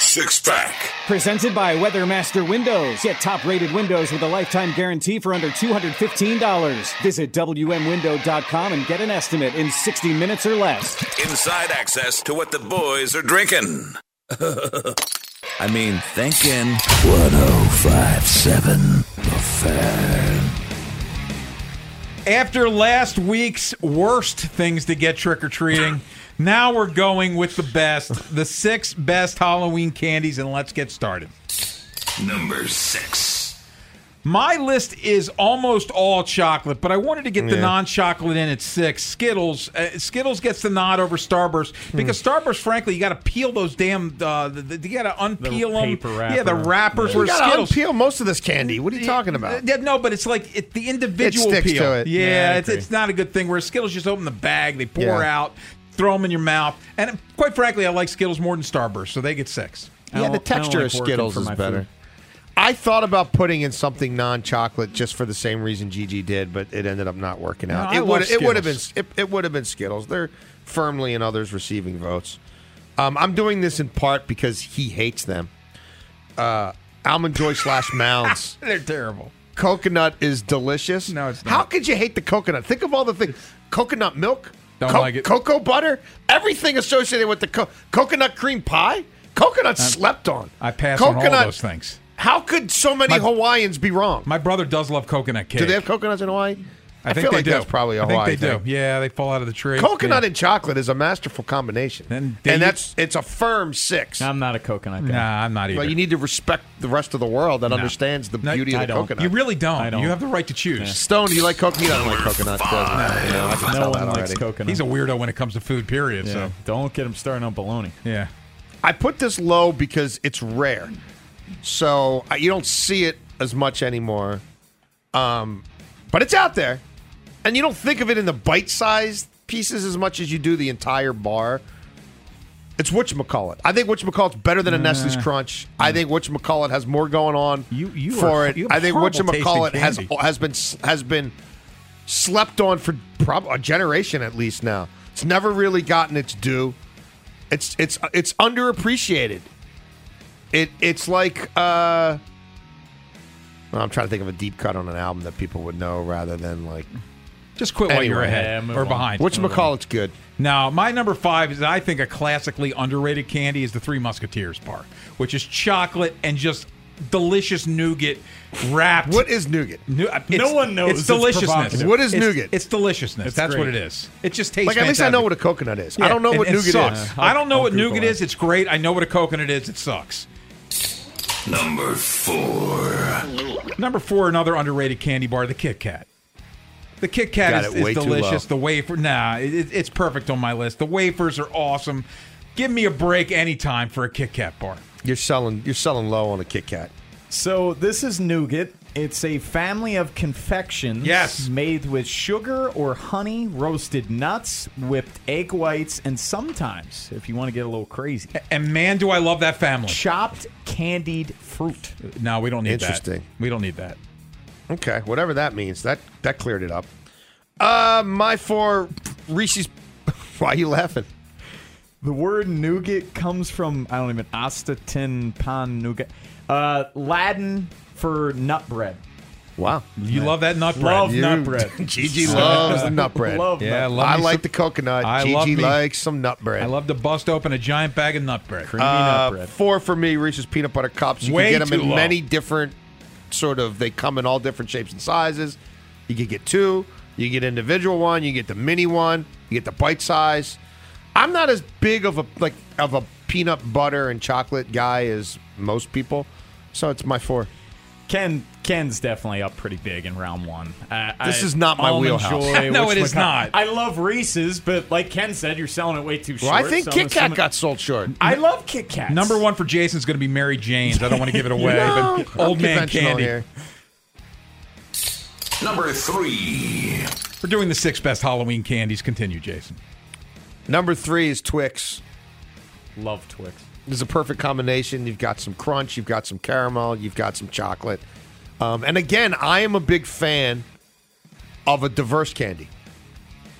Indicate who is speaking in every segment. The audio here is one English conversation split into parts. Speaker 1: Six Pack.
Speaker 2: Presented by Weathermaster Windows. Get top rated windows with a lifetime guarantee for under $215. Visit WMWindow.com and get an estimate in 60 minutes or less.
Speaker 1: Inside access to what the boys are drinking. I mean, thinking.
Speaker 3: 1057 The Fan.
Speaker 4: After last week's worst things to get trick or treating, now we're going with the best, the six best Halloween candies, and let's get started.
Speaker 1: Number six.
Speaker 4: My list is almost all chocolate, but I wanted to get the non-chocolate in at six. Skittles, uh, Skittles gets the nod over Starburst because Starburst, frankly, you got to peel those damn, uh, the, the- you got to unpeel them.
Speaker 5: paper wrapper.
Speaker 4: Yeah, the wrappers
Speaker 5: You
Speaker 4: were
Speaker 6: gotta
Speaker 4: Skittles.
Speaker 6: unpeel most of this candy. What are you talking about?
Speaker 4: Yeah, no, but it's like it, the individual
Speaker 6: sticks
Speaker 4: peel.
Speaker 6: to it.
Speaker 4: Yeah,
Speaker 5: Yeah, I
Speaker 4: it's, it's not a good thing. Where Skittles just open the bag, they pour
Speaker 6: Yeah.
Speaker 4: out, throw them in your mouth, and quite frankly, I like Skittles more than Starburst, so they get six.
Speaker 5: I
Speaker 6: Yeah,
Speaker 5: don't-
Speaker 6: the
Speaker 5: I don't
Speaker 6: texture
Speaker 5: like
Speaker 6: of
Speaker 5: working
Speaker 6: Skittles
Speaker 5: for
Speaker 6: is
Speaker 5: my
Speaker 6: better.
Speaker 5: food.
Speaker 6: I thought about putting in something non-chocolate just for the same reason Gigi did, but it ended up not working out.
Speaker 4: No, I
Speaker 6: it would
Speaker 4: love
Speaker 6: it would have been
Speaker 4: Skittles.
Speaker 6: it, it would have been Skittles. They're firmly in others receiving votes. Um, I'm doing this in part because he hates them. Uh, almond joy slash mounds.
Speaker 4: They're terrible.
Speaker 6: coconut is delicious.
Speaker 4: No, it's
Speaker 6: How
Speaker 4: not.
Speaker 6: could you hate the coconut? Think of all the things: coconut milk,
Speaker 4: Don't like it.
Speaker 6: cocoa butter, everything associated with the co- coconut cream pie. Coconut slept on.
Speaker 4: Uh, I pass on all those things.
Speaker 6: How could so many
Speaker 4: My-
Speaker 6: Hawaiians be wrong?
Speaker 4: My brother does love coconut cake.
Speaker 6: do they have coconuts in Hawaii?
Speaker 4: I think
Speaker 6: feel
Speaker 4: they
Speaker 6: like
Speaker 4: do.
Speaker 6: that's probably a
Speaker 4: I think
Speaker 6: Hawaii
Speaker 4: they do.
Speaker 6: thing.
Speaker 4: Yeah, they fall out of the tree.
Speaker 6: Coconut
Speaker 4: yeah.
Speaker 6: and chocolate is a masterful combination,
Speaker 4: And they-
Speaker 6: and that's it's a firm six.
Speaker 5: I'm not a coconut guy.
Speaker 4: Nah, I'm not either.
Speaker 6: Well, you need to respect the rest of the world that understands the
Speaker 4: No,
Speaker 6: beauty
Speaker 5: I
Speaker 6: of the
Speaker 5: don't.
Speaker 6: coconut.
Speaker 4: You really don't.
Speaker 5: I don't.
Speaker 4: You have the right to choose.
Speaker 6: Stone, do you like coconut? You don't like coconut, does he? No, I can
Speaker 5: No
Speaker 6: tell
Speaker 5: one
Speaker 6: that
Speaker 5: likes
Speaker 6: already.
Speaker 5: coconut.
Speaker 4: He's a weirdo when it comes to food. Period.
Speaker 5: yeah.
Speaker 4: So
Speaker 5: Don't get him starting on baloney.
Speaker 4: yeah.
Speaker 6: I put this low because it's rare, so I, you don't see it as much anymore. Um, but it's out there, and you don't think of it in the bite-sized pieces as much as you do the entire bar. It's whatchamacallit. I think whatchamacallit's better than a Nestle's Crunch. I think whatchamacallit has more going on
Speaker 4: You- you
Speaker 6: for
Speaker 4: are-
Speaker 6: it.
Speaker 4: you have
Speaker 6: I think
Speaker 4: horrible tasting
Speaker 6: whatchamacallit has
Speaker 4: candy.
Speaker 6: has been has been slept on for prob- a generation at least now. It's never really gotten its due. It's it's it's underappreciated. It it's like uh well, I'm trying to think of a deep cut on an album that people would know rather than like
Speaker 4: Just quit while you're
Speaker 6: Anyway.
Speaker 4: ahead
Speaker 5: Yeah, move
Speaker 4: or
Speaker 5: on.
Speaker 4: behind.
Speaker 6: which McCall it's good.
Speaker 4: Now, my number five is I think a classically underrated candy is the Three Musketeers bar, which is chocolate and just delicious nougat wrapped.
Speaker 6: What is nougat?
Speaker 4: Nu- it's-
Speaker 5: one knows.
Speaker 4: It's
Speaker 5: It's
Speaker 4: deliciousness.
Speaker 5: provocative.
Speaker 6: What is
Speaker 4: It's-
Speaker 6: nougat?
Speaker 4: It's deliciousness. That's
Speaker 5: great.
Speaker 4: what it is. It just tastes
Speaker 6: Like at least I
Speaker 4: fantastic.
Speaker 6: know what a coconut is. I
Speaker 4: Yeah,
Speaker 6: don't know
Speaker 4: and-
Speaker 6: what
Speaker 4: and it
Speaker 6: nougat
Speaker 4: sucks.
Speaker 6: is.
Speaker 4: I don't know
Speaker 5: I'll
Speaker 4: what
Speaker 5: Google
Speaker 4: nougat
Speaker 5: it.
Speaker 4: is. It's great. I know what a coconut is. It sucks.
Speaker 1: Number four.
Speaker 4: Number four, another underrated candy bar, the Kit Kat. The Kit Kat
Speaker 6: Got
Speaker 4: is,
Speaker 6: it way
Speaker 4: is
Speaker 6: too
Speaker 4: delicious. The
Speaker 6: low.
Speaker 4: wafer, nah, it, it- it's perfect on my list. The wafers are awesome. Give me a break anytime for a Kit Kat bar.
Speaker 6: You're selling you're selling low on a Kit Kat.
Speaker 5: So this is nougat, It's a family of confections
Speaker 4: Yes.
Speaker 5: made with sugar or honey, roasted nuts, whipped egg whites, and sometimes, if you want to get a little crazy,
Speaker 4: And man, do I love that family.
Speaker 5: chopped candied fruit.
Speaker 4: No, we don't need that.
Speaker 6: Interesting.
Speaker 4: We don't need that.
Speaker 6: Okay, whatever that means. That that cleared it up. Uh, my four Reese's. Why are you laughing?
Speaker 5: The word nougat comes from I don't even Ostatin pan nougat, uh, Latin for nut bread.
Speaker 6: Wow,
Speaker 4: You love that nut bread.
Speaker 5: Love
Speaker 6: You-
Speaker 5: nut bread.
Speaker 6: Gigi loves the nut bread.
Speaker 5: Love
Speaker 4: Yeah,
Speaker 5: nut
Speaker 4: love
Speaker 6: I
Speaker 4: me
Speaker 6: like
Speaker 4: some-
Speaker 6: the coconut.
Speaker 4: I love
Speaker 6: Gigi
Speaker 4: me-
Speaker 6: likes some nut bread.
Speaker 4: I love to bust open a giant bag of nut bread.
Speaker 5: creamy
Speaker 6: Uh,
Speaker 5: nut bread.
Speaker 6: four for me Reese's peanut butter cups. You
Speaker 4: Way
Speaker 6: can get them
Speaker 4: too
Speaker 6: in
Speaker 4: low.
Speaker 6: many different sort of. They come in all different shapes and sizes. You can get two. You get individual one. You get the mini one. You get the bite size. I'm not as big of a like of a peanut butter and chocolate guy as most people, so it's my four.
Speaker 5: Ken Ken's definitely up pretty big in round one. Uh,
Speaker 6: This
Speaker 5: I-
Speaker 6: is not my
Speaker 5: Almond
Speaker 6: wheelhouse.
Speaker 5: Joy,
Speaker 4: No,
Speaker 5: which
Speaker 4: it is
Speaker 5: one-
Speaker 4: not.
Speaker 5: I love Reese's, but like Ken said, you're selling it way too
Speaker 6: Well,
Speaker 5: short.
Speaker 6: I think
Speaker 5: so
Speaker 6: Kit
Speaker 5: I'm
Speaker 6: Kat
Speaker 5: assuming-
Speaker 6: got sold short.
Speaker 5: I love Kit Kat.
Speaker 4: Number one for Jason's going to be Mary Jane's. I don't want to give it away,
Speaker 6: No,
Speaker 4: but old
Speaker 6: I'm
Speaker 4: man
Speaker 6: conventional
Speaker 4: candy.
Speaker 6: here.
Speaker 1: Number three.
Speaker 4: We're doing the six best Halloween candies. Continue, Jason.
Speaker 6: Number three is Twix.
Speaker 5: Love Twix.
Speaker 6: This is a perfect combination. You've got some crunch, you've got some caramel, you've got some chocolate. Um, and again, I am a big fan of a diverse candy.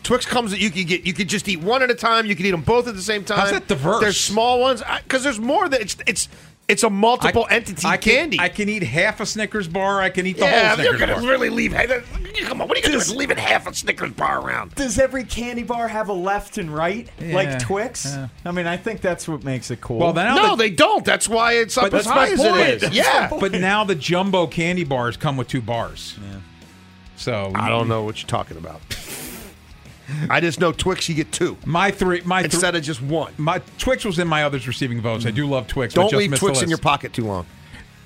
Speaker 6: Twix comes that you could get. You could just eat one at a time. You could eat them both at the same time.
Speaker 4: that diverse?
Speaker 6: There's small ones because there's more that it's it's it's a multiple
Speaker 4: I-
Speaker 6: entity
Speaker 4: I can,
Speaker 6: candy.
Speaker 4: I can eat half a Snickers bar. I can eat the
Speaker 6: yeah,
Speaker 4: whole
Speaker 6: you're
Speaker 4: Snickers
Speaker 6: gonna
Speaker 4: bar.
Speaker 6: really leave. Come on, what are you gonna do? is Leaving half a Snickers bar around.
Speaker 5: Does every candy bar have a left and right
Speaker 4: Yeah,
Speaker 5: like Twix?
Speaker 4: yeah.
Speaker 5: I mean, I think that's what makes it cool.
Speaker 4: well, now
Speaker 6: No,
Speaker 4: the-
Speaker 6: they don't. That's why it's up as
Speaker 5: that's
Speaker 6: high
Speaker 5: my
Speaker 6: as
Speaker 5: point.
Speaker 6: it is.
Speaker 5: That's
Speaker 6: Yeah,
Speaker 4: but now the jumbo candy bars come with two bars. So
Speaker 6: I don't know what you're talking about. I just know Twix. You get two.
Speaker 4: My three, my three,
Speaker 6: instead of just one.
Speaker 4: my Twix was in my others receiving votes. I do love Twix. but
Speaker 6: Don't
Speaker 4: just
Speaker 6: leave
Speaker 4: missed
Speaker 6: Twix
Speaker 4: the
Speaker 6: in your
Speaker 4: list.
Speaker 6: pocket too long.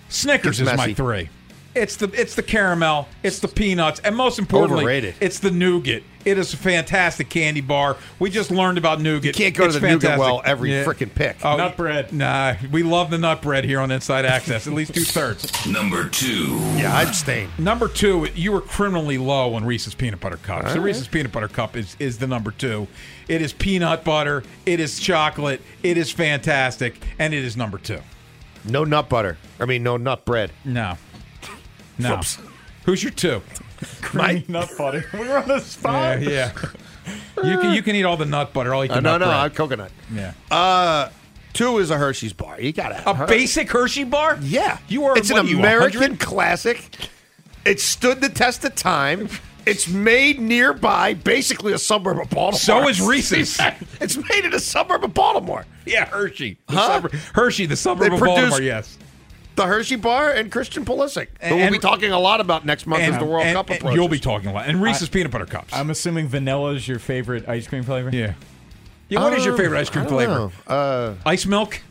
Speaker 4: Snickers is
Speaker 6: It's
Speaker 4: my
Speaker 6: messy.
Speaker 4: three. It's the it's the caramel, it's the peanuts, and most importantly,
Speaker 6: Overrated.
Speaker 4: it's the nougat. It is a fantastic candy bar. We just learned about nougat. You
Speaker 6: can't go to the nougat well every frickin' pick.
Speaker 5: Nut bread.
Speaker 4: Oh, Nah, we love the nut bread here on Inside Access. At least two thirds.
Speaker 1: Number two.
Speaker 6: Yeah, I'm staying.
Speaker 4: Number two, you were criminally low on Reese's peanut butter cups. The Reese's peanut butter cup is is the number two. It is peanut butter. It is chocolate. It is fantastic, and it is number two.
Speaker 6: No nut butter. I mean, no nut bread.
Speaker 4: No, no.
Speaker 6: Whoops.
Speaker 4: Who's your two?
Speaker 5: creamy nut butter. We're on the
Speaker 4: Yeah,
Speaker 5: spot.
Speaker 4: yeah. you can you can eat all the nut butter. I'll eat the
Speaker 6: Uh, no,
Speaker 4: nut
Speaker 6: no, I'm
Speaker 4: bread.
Speaker 6: coconut.
Speaker 4: yeah.
Speaker 6: Two is a Hershey's bar. You gotta have
Speaker 4: a
Speaker 6: Her-
Speaker 4: basic Hershey bar?
Speaker 6: Yeah,
Speaker 4: You are.
Speaker 6: It's
Speaker 4: what
Speaker 6: an
Speaker 4: are you,
Speaker 6: American
Speaker 4: 100?
Speaker 6: classic. It stood the test of time. It's made nearby, basically a suburb of Baltimore.
Speaker 4: So is Reese's.
Speaker 6: it's made in a suburb of Baltimore.
Speaker 4: yeah, Hershey. The
Speaker 6: Huh?
Speaker 4: suburb- Hershey, the suburb
Speaker 6: They
Speaker 4: of
Speaker 6: produce-
Speaker 4: Baltimore. Yes.
Speaker 6: The Hershey bar and Christian Pulisic, who we'll
Speaker 4: And-
Speaker 6: be talking a lot about next month as the World
Speaker 4: and-
Speaker 6: Cup
Speaker 4: and
Speaker 6: approaches.
Speaker 4: you'll be talking a lot. And Reese's peanut butter cups.
Speaker 5: I'm assuming vanilla is your favorite ice cream flavor.
Speaker 4: Yeah. Yeah, what is your
Speaker 6: Um,
Speaker 4: favorite ice cream
Speaker 6: I don't
Speaker 4: flavor?
Speaker 6: know. Uh,
Speaker 4: Ice milk?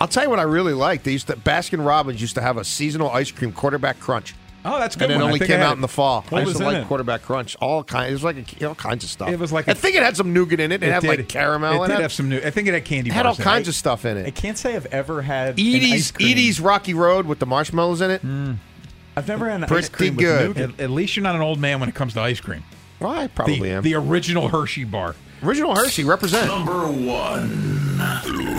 Speaker 6: I'll tell you what I really like. They used to Baskin Robbins used to have a seasonal ice cream quarterback crunch,
Speaker 4: Oh, that's a good.
Speaker 6: and it
Speaker 4: one. I
Speaker 6: only
Speaker 4: think I
Speaker 6: came
Speaker 4: had
Speaker 6: out
Speaker 4: it.
Speaker 6: in the fall.
Speaker 5: What
Speaker 6: I used
Speaker 5: was
Speaker 6: to
Speaker 5: in
Speaker 6: like
Speaker 5: it?
Speaker 6: quarterback crunch, all kind. It was like a, all kinds of stuff.
Speaker 4: It was like
Speaker 6: I
Speaker 4: a-
Speaker 6: think it had some nougat in it. It, had
Speaker 4: did.
Speaker 6: like caramel.
Speaker 4: It
Speaker 6: in
Speaker 4: did
Speaker 6: it.
Speaker 4: have some new. I think it had candy.
Speaker 6: It had all
Speaker 4: bars in
Speaker 6: kinds
Speaker 4: it.
Speaker 6: of stuff in
Speaker 5: I
Speaker 6: it.
Speaker 5: can't say I've ever had an ice
Speaker 6: Edie's
Speaker 5: cream.
Speaker 6: Edie's Rocky Road with the marshmallows in it.
Speaker 4: Mm,
Speaker 5: I've never had an ice
Speaker 6: Pretty
Speaker 5: cream
Speaker 6: good.
Speaker 5: with nougat.
Speaker 4: At, at least you're not an old man when it comes to ice cream.
Speaker 6: Well, I
Speaker 4: The,
Speaker 6: probably am.
Speaker 4: the original Hershey bar.
Speaker 6: Original Hershey represent.
Speaker 1: Number one.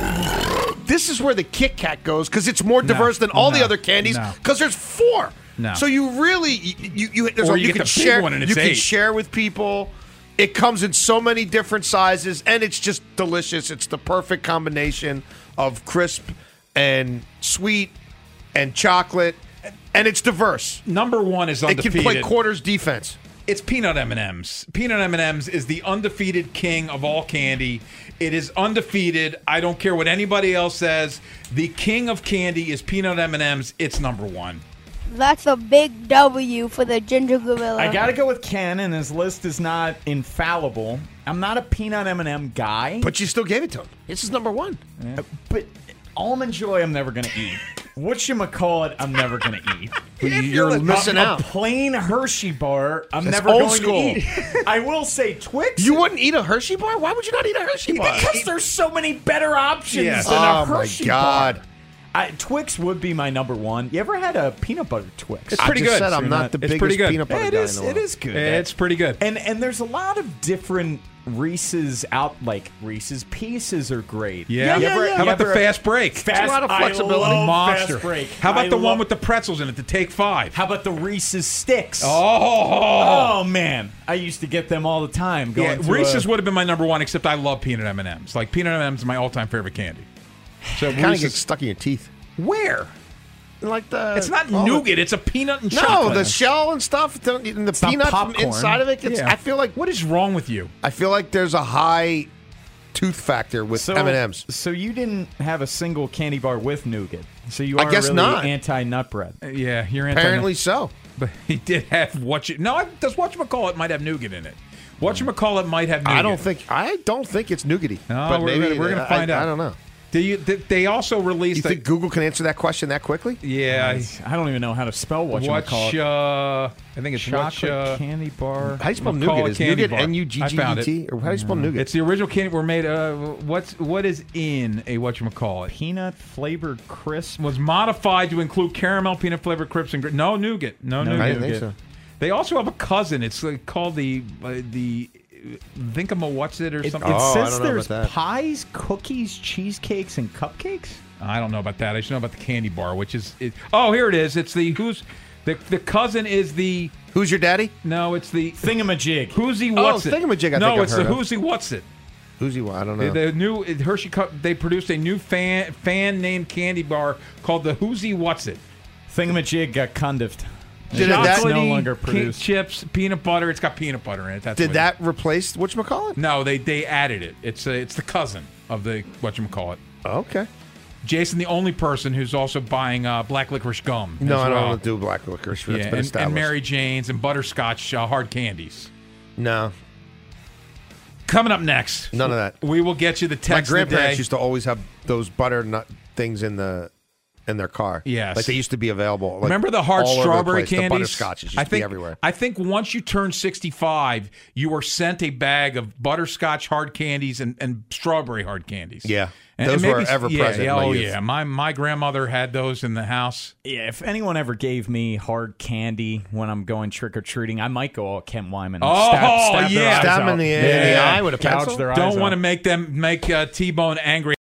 Speaker 6: This is where the Kit Kat goes because it's more diverse than all the
Speaker 4: no,
Speaker 6: other candies
Speaker 4: no.
Speaker 6: because there's four.
Speaker 4: No.
Speaker 6: So you really you you, there's
Speaker 4: Or
Speaker 6: a-
Speaker 4: you get
Speaker 6: can
Speaker 4: the big
Speaker 6: share
Speaker 4: one and
Speaker 6: you
Speaker 4: it's
Speaker 6: can
Speaker 4: eight.
Speaker 6: share with people. It comes in so many different sizes and it's just delicious. It's the perfect combination of crisp and sweet and chocolate, and it's diverse.
Speaker 4: Number one is
Speaker 6: It
Speaker 4: undefeated.
Speaker 6: can play quarters defense.
Speaker 4: it's peanut m&ms peanut m&ms is the undefeated king of all candy it is undefeated i don't care what anybody else says the king of candy is peanut m&ms it's number one
Speaker 7: That's a big W for the ginger gorilla.
Speaker 5: I gotta go with Ken, and his list is not infallible. I'm not a peanut M&M guy,
Speaker 6: But you still gave it to him. This is number one.
Speaker 5: but almond joy I'm never gonna eat. What you call it? I'm never gonna eat.
Speaker 6: You're missing
Speaker 5: a,
Speaker 6: out.
Speaker 5: A plain Hershey bar. I'm
Speaker 6: Oh. That's
Speaker 5: never
Speaker 6: old
Speaker 5: going
Speaker 6: school.
Speaker 5: to eat. I will say Twix.
Speaker 6: You wouldn't eat a Hershey bar? Why would you not eat a Hershey bar?
Speaker 5: because there's so many better options
Speaker 4: Yes.
Speaker 5: than
Speaker 6: oh
Speaker 5: a Hershey
Speaker 6: my God.
Speaker 5: bar. I, Twix would be my number one. You ever had a peanut butter Twix?
Speaker 6: It's I pretty just good. said I'm not the
Speaker 5: It's
Speaker 6: biggest
Speaker 5: pretty good.
Speaker 6: peanut butter
Speaker 5: It
Speaker 6: guy
Speaker 5: is.
Speaker 6: in the
Speaker 5: It
Speaker 6: world.
Speaker 5: is good.
Speaker 4: It's pretty good.
Speaker 5: And and there's a lot of different Reese's out like Reese's Pieces are great.
Speaker 4: Yeah.
Speaker 5: You ever- you
Speaker 4: How about the
Speaker 5: ever-
Speaker 4: fast break?
Speaker 5: Fast, I love Fast break.
Speaker 4: How about
Speaker 5: I
Speaker 4: the one
Speaker 5: love-
Speaker 4: with the pretzels in it? The take five.
Speaker 5: How about the Reese's sticks?
Speaker 4: Oh.
Speaker 5: Oh, man, I used to get them all the time. Going
Speaker 4: Yeah,
Speaker 5: to uh,
Speaker 4: Reese's
Speaker 5: a-
Speaker 4: would have been my number one, except I love peanut M and M's. Like peanut M and M's, my all-time favorite candy. So
Speaker 6: Kind of
Speaker 4: Reese's,
Speaker 6: gets stuck in your teeth.
Speaker 4: where?
Speaker 6: Like the Oh,
Speaker 4: It's
Speaker 5: Uh,
Speaker 4: not
Speaker 6: all the-
Speaker 4: nougat. it's a peanut and
Speaker 6: No,
Speaker 4: chocolate.
Speaker 6: the shell and stuff, the, and the
Speaker 5: not
Speaker 6: peanut from
Speaker 5: popcorn.
Speaker 6: inside of it. It's,
Speaker 4: Yeah.
Speaker 6: I feel like
Speaker 4: What is wrong with you?
Speaker 6: I feel like there's a high tooth factor with
Speaker 5: So,
Speaker 6: M&Ms.
Speaker 5: So you didn't have a single candy bar with nougat. So you
Speaker 6: I
Speaker 5: are
Speaker 6: guess
Speaker 5: really
Speaker 6: not.
Speaker 5: anti-nut bread.
Speaker 4: Uh, Yeah, you're anti-
Speaker 6: Apparently so.
Speaker 4: But he did have what you no. Does whatchamacallit might have nougat in it? Whatchamacallit might have. Nougat.
Speaker 6: I don't think I don't think it's nougaty.
Speaker 4: No,
Speaker 6: but
Speaker 4: we're
Speaker 6: maybe
Speaker 4: gonna- we're gonna
Speaker 6: I-
Speaker 4: find
Speaker 6: I-
Speaker 4: out.
Speaker 6: I don't know.
Speaker 4: Do you? They, they also
Speaker 6: You
Speaker 4: released. a-
Speaker 6: think Google can answer that question that quickly?
Speaker 4: yeah. I-
Speaker 5: I don't even know how to spell what you
Speaker 4: Watch,
Speaker 5: call it.
Speaker 4: uh, I think it's watch,
Speaker 5: Chocolate
Speaker 4: uh,
Speaker 5: candy bar.
Speaker 6: How do you spell
Speaker 4: Macaulay
Speaker 6: nougat? Is
Speaker 4: candy
Speaker 6: nougat
Speaker 4: bar.
Speaker 6: N U G
Speaker 4: I
Speaker 6: G
Speaker 4: found
Speaker 6: E
Speaker 4: it.
Speaker 6: T? Or how do you spell nougat?
Speaker 4: It's the original candy were made. Uh, what's what is in a whatchamacallit?
Speaker 5: Peanut flavored crisp.
Speaker 4: was modified to include caramel, peanut flavored crisps, and gr- no nougat. No,
Speaker 5: No
Speaker 4: nougat.
Speaker 6: I didn't think so.
Speaker 4: They also have a cousin. It's like called the uh, the Thinkama what's it or
Speaker 5: It,
Speaker 4: something.
Speaker 5: it
Speaker 6: Oh, I
Speaker 5: says
Speaker 6: don't know
Speaker 5: there's
Speaker 6: about that.
Speaker 5: pies, cookies, cheesecakes, and cupcakes.
Speaker 4: I don't know about that. I just know about the candy bar, which is it, oh here it is. It's the who's the the cousin is the
Speaker 6: Who's your daddy?
Speaker 4: no. It's the
Speaker 5: Thingamajig.
Speaker 4: who's he
Speaker 6: Oh,
Speaker 4: what's it?
Speaker 6: Thingamajig, I
Speaker 4: no,
Speaker 6: think I've
Speaker 4: it's
Speaker 6: heard
Speaker 4: the
Speaker 6: of.
Speaker 4: who's he what's it.
Speaker 6: Who's he? I don't
Speaker 4: The,
Speaker 6: know.
Speaker 4: the new Hershey Cup. They produced a new fan fan named candy bar called the Who's He What's It.
Speaker 5: Thingamajig got condiffed.
Speaker 6: Did that-
Speaker 5: It's no
Speaker 4: Chocolatey
Speaker 5: longer
Speaker 4: ca-
Speaker 5: produced.
Speaker 4: chips, peanut butter. It's got peanut butter in it. That's
Speaker 6: Did
Speaker 4: what it is.
Speaker 6: that replace whatchamacallit?
Speaker 4: No, they they added it. It's a, it's the cousin of the what you call it.
Speaker 6: Okay.
Speaker 4: Jason, the only person who's also buying uh, black licorice gum.
Speaker 6: No,
Speaker 4: as
Speaker 6: I don't
Speaker 4: well.
Speaker 6: want to do black licorice. That's
Speaker 4: Yeah,
Speaker 6: been
Speaker 4: and,
Speaker 6: established.
Speaker 4: and Mary Jane's and butterscotch uh, hard candies.
Speaker 6: No,
Speaker 4: Coming up next,
Speaker 6: none of that.
Speaker 4: we will get you the
Speaker 6: My
Speaker 4: text. of the
Speaker 6: grandparents
Speaker 4: day.
Speaker 6: used to always have those butter nut things in the in their car.
Speaker 4: Yes.
Speaker 6: like they used to be available. like,
Speaker 4: Remember the hard
Speaker 6: all over the
Speaker 4: strawberry
Speaker 6: place.
Speaker 4: candies?
Speaker 6: The butterscotches used
Speaker 4: I
Speaker 6: to
Speaker 4: think
Speaker 6: be everywhere.
Speaker 4: I think once you turn 65, you were sent a bag of butterscotch hard candies and, and strawberry hard candies.
Speaker 6: Yeah.
Speaker 4: and,
Speaker 6: Those
Speaker 4: and
Speaker 6: were
Speaker 4: maybe-
Speaker 6: ever
Speaker 4: yeah,
Speaker 6: present in
Speaker 4: Yeah,
Speaker 6: my
Speaker 4: oh
Speaker 6: youth.
Speaker 4: yeah, my my grandmother had those in the house.
Speaker 5: Yeah, if anyone ever gave me hard candy when I'm going trick or treating, I might go all Kent Wyman. and
Speaker 4: Oh, yeah.
Speaker 5: eyes
Speaker 6: Stab 'em in
Speaker 5: out.
Speaker 6: the- in the
Speaker 5: Yeah.
Speaker 6: eye with a
Speaker 5: Gouge
Speaker 6: pencil?
Speaker 5: their eyes
Speaker 4: Don't want to
Speaker 5: out.
Speaker 4: make them make uh, T-Bone angry.